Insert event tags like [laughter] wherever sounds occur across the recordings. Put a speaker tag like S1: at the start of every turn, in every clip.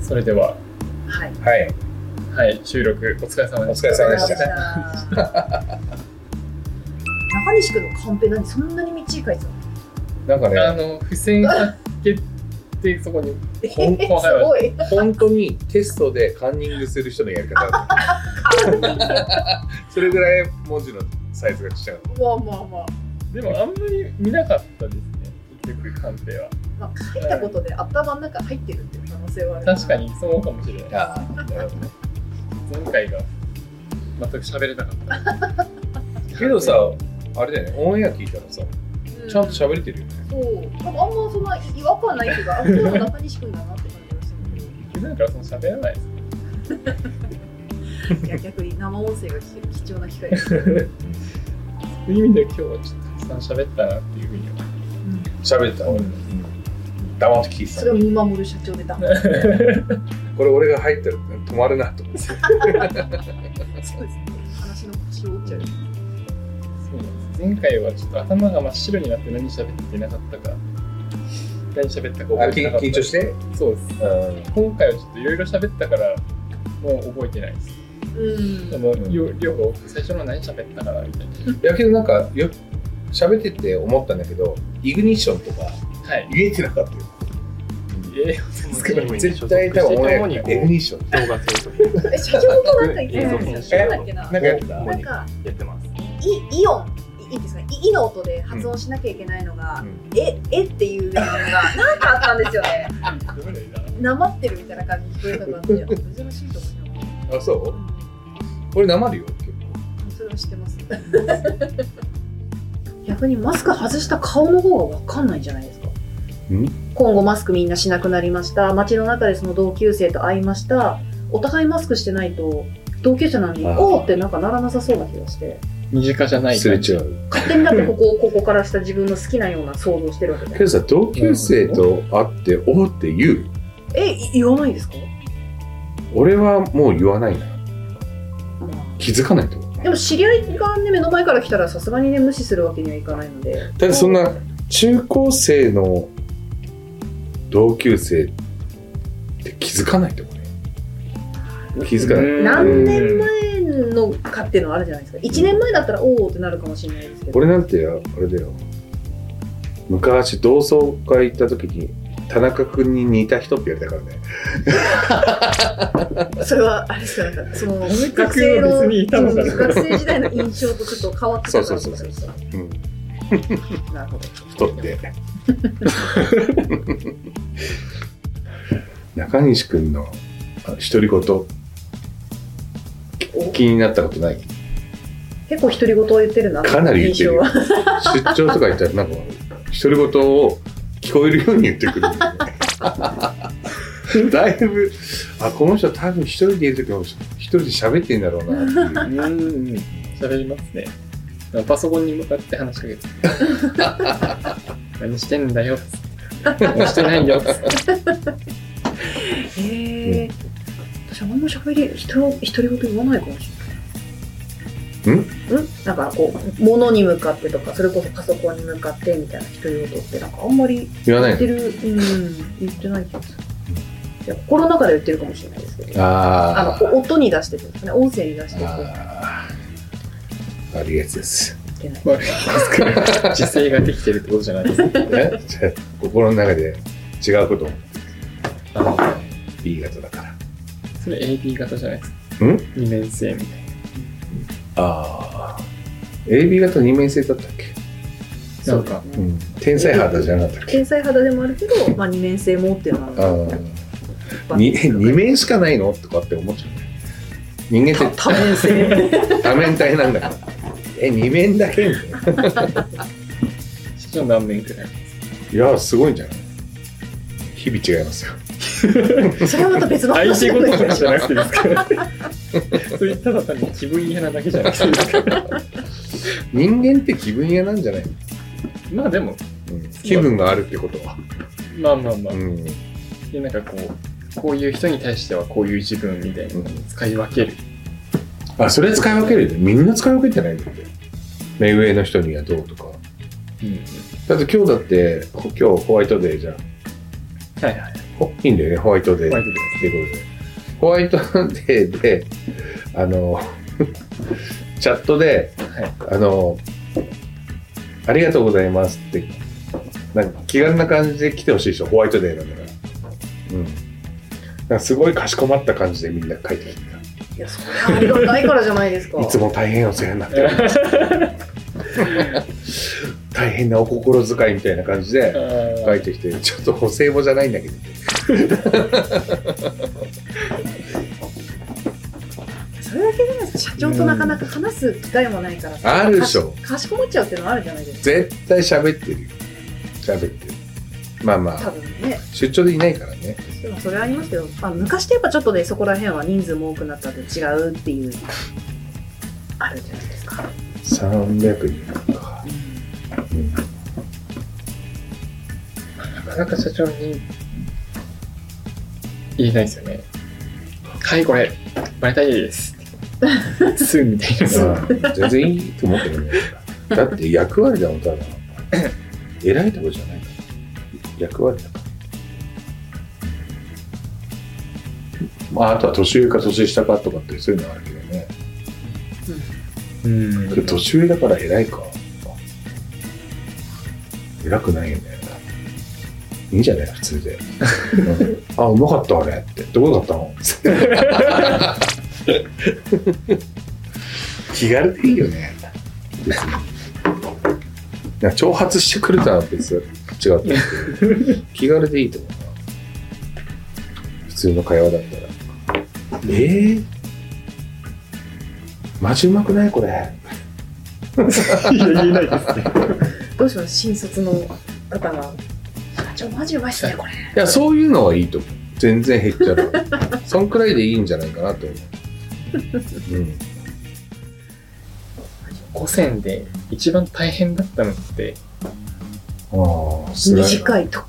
S1: それでは、
S2: はい。
S3: はい。
S1: はい、収録お疲れ様でした。
S3: お疲れ様でした
S2: 中西君のカンペ何そんなにみっちり書いてたの
S3: なんか
S1: あ
S3: ね、
S1: の、付箋発見ってそこに、
S2: え
S1: ほん
S2: す
S1: 後輩は
S2: ごい。
S3: 本当にテストでカンニングする人のやり方だ [laughs] った。それぐらい文字のサイズがちっちゃかっ
S2: まあまあまあ。
S1: でもあんまり見なかったですね、結局、鑑定は。
S2: まあ、書いたことで頭の中入ってるっていう可能性はあるな
S1: 確かにそうかもしれない。
S3: た。ああ、なるほどね。
S1: 前回が全く喋れなかった。
S3: けどさ、あれだよね、オンエア聞いたらさ、
S2: う
S3: ちゃんと喋れてるよね。
S2: そう多分あんまそんな違和感ないっていうかあこれは中西君だなって感じがす
S1: 普段からその喋らないですね。
S2: る
S3: [laughs]
S2: いや逆に生音声が聞ける貴重な機会です、
S1: そういう意味で今日はちょっとたくさん喋ったなっていうふうに思いま
S3: 喋ってた、俺。
S1: う
S3: うんん黙って聞いてた
S2: それを。見守る社長でダメ
S3: これ俺が入ったら止まるなと思って。
S2: そうですね話の腰を折っちゃ
S1: す。そう
S2: う
S1: なんです。前回はちょっと頭が真っ白になって何喋ってなかったか、何喋ったか
S3: [laughs] あ
S1: 覚えて
S3: 緊
S1: なかった。
S3: 緊張して
S1: そうです。
S3: う
S1: 今回はちょっといろいろ喋ったから、もう覚えてないです。
S2: うん
S1: でも、
S3: うん
S1: よ量が多く最初の何喋ったかなみたい
S3: ん。いやけどなんか、よ喋ってて思ったんだけど、イグニッションとか
S1: な。はい。
S3: 言えてなかったよ。
S1: ええ、そう
S4: チームに
S3: 絶対多分オンエア聞い
S4: に
S3: たらイ
S4: こ
S3: グ
S4: う
S3: ニッション。
S4: 動画制作に
S2: え社長となんか言ってたんですよな
S3: え
S2: んだっけな
S3: なんかやってた
S2: なんか
S4: やってます。
S2: イイオンいいですねイイの音で発音しなきゃいけないのが、
S3: うん
S2: ええっていうのがなんかあったんですよね [laughs]
S1: どれだ
S2: なまってるみたいな感じで聞こえた感じで珍しいと思いながら
S3: あ、そう
S2: う
S3: これなまるよ結
S2: んそれは知ってます。 [laughs] 逆にマスク外した顔の方がわかんないんじゃないですか。今後マスクみんなしなくなりました。街の中でその同級生と会いました。お互いマスクしてないと同級生なのに
S3: あー
S2: おーってなんかならなさそうな気がして、
S1: 身近じゃな
S3: 構
S1: い
S3: すれ
S1: 感じ
S3: 違う
S2: 勝手にだってここをここからした自分の好きなような想像してるわけじゃ
S3: け
S2: ない。
S3: どさ同級生と会って「おう」って言う
S2: えい言わないですか？
S3: 俺はもう言わないな
S2: まあ
S3: 気づかないと思う
S2: でも知り合いがね目の前から来たらさすがにね無視するわけにはいかないので。だっ
S3: だってそんな中高生の同級生って気づかないと思うね気づかない
S2: 何年前のかっていうのはあるじゃないですか1年前だったらおおってなるかもしれないですけど
S3: 俺なんてあれだよ昔同窓会行った時に田中君に似た人ってやりたからね
S2: それはあれですかなんかその
S1: めっちゃ
S2: 学生の
S1: 別にいたのかな
S2: うん学生時代の印象とちょっと変わってた
S3: そ
S2: か
S3: う
S2: ら
S3: そうそうそうそう、うん、
S2: なるほど
S3: 太って。 [laughs] 中西くんのあ独り言
S2: お
S3: 気になったことない
S2: 結構独り言を言ってるな
S3: かなり言ってる
S2: 印象
S3: よ
S2: は
S3: 出張とか行ったらなんか独り言を聞こえるように言ってくるんだ
S2: [laughs]
S3: よねだいぶあこの人多分一人でいる時も一人で喋ってんだろうなっていう
S1: うんうん喋りますねでもパソコンに向かって話しかけて何してんだよ何してないよ
S2: へえ私あんま喋り人の独り言言わないかもしれない
S3: ん
S2: んなんかこう物に向かってとかそれこそパソコンに向かってみたいな独り言ってなんかあんまり
S3: 言わな
S2: 言
S3: い
S2: ってる、うん、言ってない気がする。いや、心の中で言ってるかもしれないですけど。あ
S3: あ
S2: の、お音に出してるんですね。音声に出してる言っ
S3: あー悪いやつです
S2: てない。
S1: 悪いですから自制ができてるってことじゃないですか
S3: えじゃあ [laughs] 心の中で違うことを
S1: あの
S3: B 型だから
S1: それ AB 型じゃないですか
S3: ん
S1: 2年生みたい
S3: ああ AB 型二面性だったっけ、
S1: ななんか
S2: ですね
S3: ん、天才肌じゃなかったっけ
S2: 天才肌でもあるけど、まあ、二面性もっていうの
S3: あ
S2: は
S3: あ二二面しかないのとかって思っちゃうね人間って
S2: 多面性。
S3: 多面体なんだ [laughs] からえ二面だけみたいな
S1: 市長何年くらい
S3: いやすごいんじゃない日々違いますよ
S2: それはまた別の
S1: 相
S2: 話
S1: 手
S2: だ
S1: ご
S2: と
S1: と
S2: 思
S1: とか
S2: います
S1: じゃなくてですか [laughs] そういっただ単に気分嫌なだけじゃなくてですか
S3: 人間って気分屋なんじゃない、
S1: まあでも
S3: うん、気分があるってことは、
S1: まあまあまあ、
S3: うん
S1: でなんかこうこういう人に対してはこういう自分みたいなのを使い分ける
S3: あそれ使い分けるよねみんな使い分けてないんだって目上の人にはどうとか
S1: うん
S3: だって今日だってほ今日ホワイトデーじゃん
S1: はいはい
S3: ほいいんだよね、ホワイトデー。
S1: ホワイトデ
S3: っていうことで。ホワイトデーで、あの、 [laughs] チャットで、
S1: はい
S3: あの、ありがとうございますって、なんか気軽な感じで来てほしいでしょ、ホワイトデーなんだから。うん。なんかすごいかしこまった感じでみんな書いてき
S2: いや、それはありがたいからじゃないですか。
S3: た。いつも大変お世話になってる。大変なお心遣いみたいな感じで書いてきて、ちょっと補正語じゃないんだけど。
S2: それだけじゃないですか。社長となかなか話す機会もないから
S3: あるでしょ
S2: かしかしこまっちゃうっていうのはあるじゃないですか。
S3: 絶対喋ってるよ。喋ってる。まあま
S2: 多
S3: あ、
S2: 分ね。
S3: 出張でいないからね。
S2: でもそれはありますけど、まあ、昔ってやっぱちょっとね、そこら辺は人数も多くなったんで違うっていう、あるじゃないですか。
S3: 300人か。
S1: なかなか社長に言えないですよね。はい、これ、バレたいです。すぐみたい [laughs] な。
S3: まあ、全然いいと思ってるね。だって役割だもん、ただ。偉いとこじゃないから。役割だから。まあ、あとは年上か年下かとかってそういうのはあるけどね。
S1: うん
S3: で年上だから偉いか。偉くないよね。いいんじゃない普通 [laughs] で。うんあ、うまかったあれって。どこだったの気軽でいいよね。別になんか挑発してくるとは別だ違ったんですけど、 [laughs] 気軽でいいと思うな。普通の会話だったら。えー、マジうまくないこれ。
S1: いや、言えないですね。
S2: どうします新卒の方が。社長マジうまいっすね、これ。
S3: いや、そういうのはいいと思う。全然減っちゃ [laughs] う。そんくらいでいいんじゃないかなと思う。うん。
S1: 五線で一番大変だったのって、
S3: ああ、辛い。
S2: 短いと、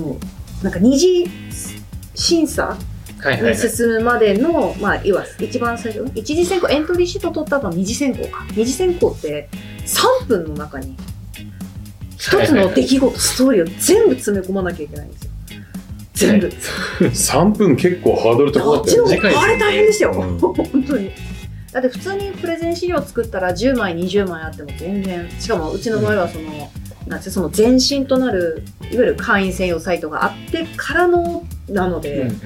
S2: もう、なんか二次審査
S1: はいはい
S2: に
S1: はい。
S2: 進むまでの、まあ、いわゆる一番最初、一次選考、エントリーシート取った後の二次選考か。二次選考って3分の中に一つの出来事、ストーリーを全部詰め込まなきゃいけないんですよ。全部。
S3: 3分結構ハードル高
S2: ど
S3: か
S2: っ
S3: った
S2: ちの
S3: よ
S2: 方
S3: ね。
S2: があれ大変でしたよ、
S3: うん
S2: 本当に。だって普通にプレゼン資料作ったら10枚、20枚あっても全然、しかもうちの場合はその、なんてその前身となる、いわゆる会員専用サイトがあってからのなので、
S1: うんうん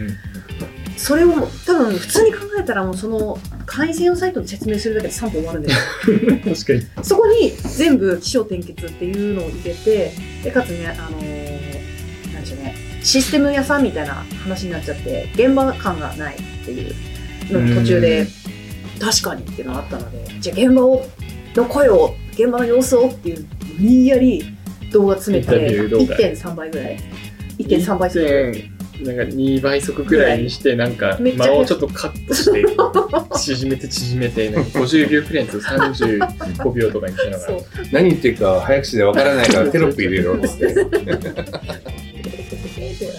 S2: それをもう多分普通に考えたらもうその会員専用サイトの説明するだけで3分終わるんですよ。
S1: 確かに。
S2: そこに全部起承転結っていうのを入れて、で、かつね、あのーなんでしょうね、システム屋さんみたいな話になっちゃって、現場感がないっていうのも途中で、確かにっていうのがあったので、じゃあ現場を、の声を、現場の様子をっていう、無理やり動画詰めて、
S1: インタビュー動画
S2: 1.3倍ぐらい ?1.3 倍する。
S1: 1.3なんか2倍速くらいにして、なんか
S2: めっちゃ
S1: 間をちょっとカットして、
S2: [laughs]
S1: 縮めて縮めて、なんか50秒くらいにすると35秒とかにしなが
S2: そ
S1: ら
S2: う。
S3: 何言ってるか早口でわからないからテロップ入れろっつ [laughs] って。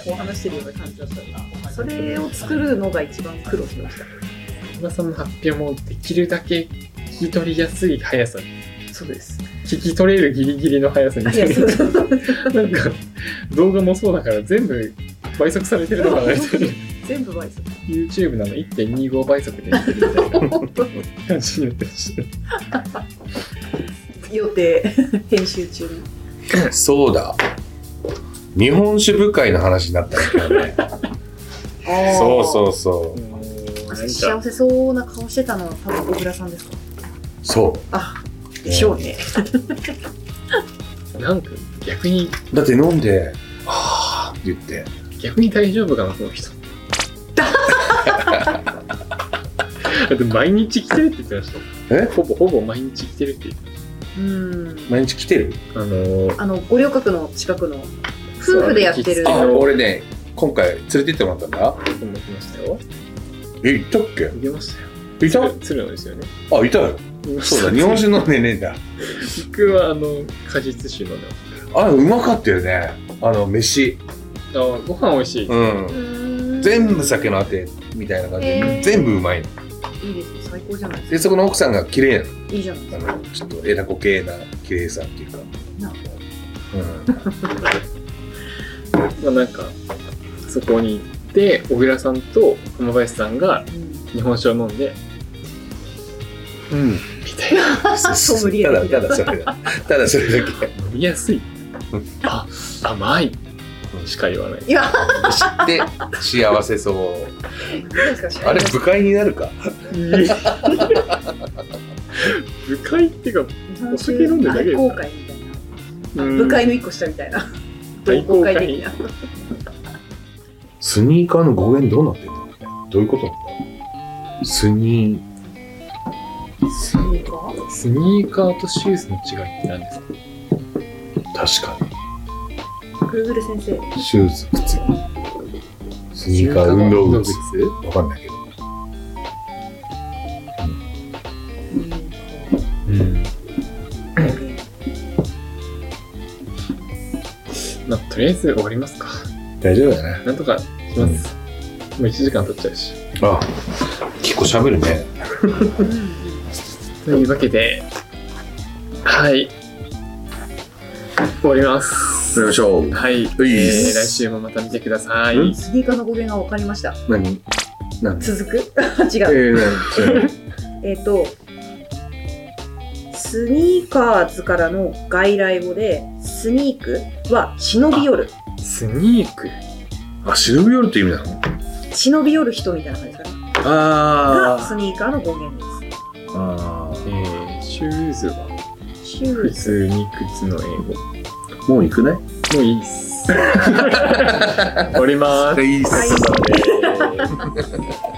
S2: こう話してるような感じだったそれを作るのが一番苦労しました。
S1: 小田さんの発表もできるだけ聞き取りやすい速さに
S2: そうです。
S1: 聞き取れるギリギリの速さに
S2: いや、そう [laughs] そう。
S1: なんか動画もそうだから全部倍速されてるのかなみたいな
S2: 全部倍速
S1: YouTube なの1.25倍速で見てるみたいな感じになってま
S2: [laughs]
S1: した
S2: 予定 [laughs] 編集中に
S3: そうだ。日本酒部会の話になったんだよ [laughs] ね。そうそうそう。
S2: 幸せそうな顔してたのは多分小倉さんですか
S3: そ
S2: あでしょうね
S1: なんか逆に
S3: う。だって飲んで、はあって言って。
S1: 逆に大丈夫かなこの人 [laughs] だって毎日来てるって言ってました
S3: え
S1: ほぼほぼ毎日来てるって言って
S2: うん
S3: 毎日来てる
S1: あのー
S2: あの五稜郭の近くの夫婦でやってる
S1: そう
S3: あ、
S1: あ
S3: 俺ね、今回連れてってもらったんだ。
S1: 僕も来ましたよ
S3: え、行ったっけ
S1: 見ましたよ
S3: いた
S1: 鶴鶴野ですよね
S3: あ、いたよ。
S1: 見ました
S3: そうだ、日本酒飲んでねえんだ。
S1: 僕はあの果実酒のね
S3: あ、うまかったよね。あの、飯。
S1: あご飯美味しい、
S3: うん。全部酒のあてみたいな感じで、
S2: へー
S3: 全部うまいの。
S2: いいですね最高じゃない
S3: で、
S2: です
S3: そこの奥さんが綺麗な
S2: かいいじゃないです
S3: の。あ
S2: か
S3: の、ちょっとえなこ系な綺麗さっていうか。
S2: なんか
S3: うん。
S1: まあなんかそこに行って小倉さんと熊林さんが日本酒を飲んで
S3: うん。
S1: みたいな
S2: [laughs] ソムリエ
S3: ただ、
S2: 的な
S3: ただそれだ。
S2: [laughs]
S3: ただそれだけ。
S1: 飲みやすい
S3: うん
S1: あ甘いしか言わない
S2: いや、
S3: 知って、幸せそう。
S2: なんか知ら
S3: あ
S2: な
S3: れ、
S2: い
S3: 部会になるか。
S1: 部会っていうか
S2: 日本
S1: お酒飲んでるだけです
S2: 愛
S1: か
S2: 好会みたいな。
S1: うん
S2: 部会の一個下みたいな。
S1: 愛好会
S2: 的な。
S3: スニーカーの語源どうなってんだろうね。どういうことなんだスニー、
S2: スニーカー
S1: スニーカーとシューズの違いって何ですか
S3: 確か
S2: ?Google 先生。
S3: に。シューズ、靴。スニーカー、運動靴。わかんないけど。うん。
S1: まあ、とりあえず終わりますか [laughs]
S3: 大丈夫だね。
S1: なんとかします、もう1時間取っちゃうし
S3: あ、結構喋るね。
S1: というわけではい終わります
S3: やりましょう
S1: はい、え
S3: うい
S1: ー、来週もまた見てください、
S3: うん
S2: スニーカーの語源が分かりました。
S3: 何何
S2: 続く [laughs] 違う。
S3: えー、何
S2: えっ、と、スニーカーズからの外来語で、スニークは忍び寄る。
S1: スニーク
S3: あ、忍び寄るって意味なの
S2: 忍び寄る人みたいな感じですかね。がス
S3: あ
S2: ニーカーの語源で
S3: ー。あ
S1: えー、シューズは
S2: す。シュ
S1: 普
S2: ーズ。
S1: 通に靴の英語も
S3: ー。もう行くね。
S1: ういいっ [laughs] す終わりまーす
S3: いいっす
S2: はい
S1: そうだね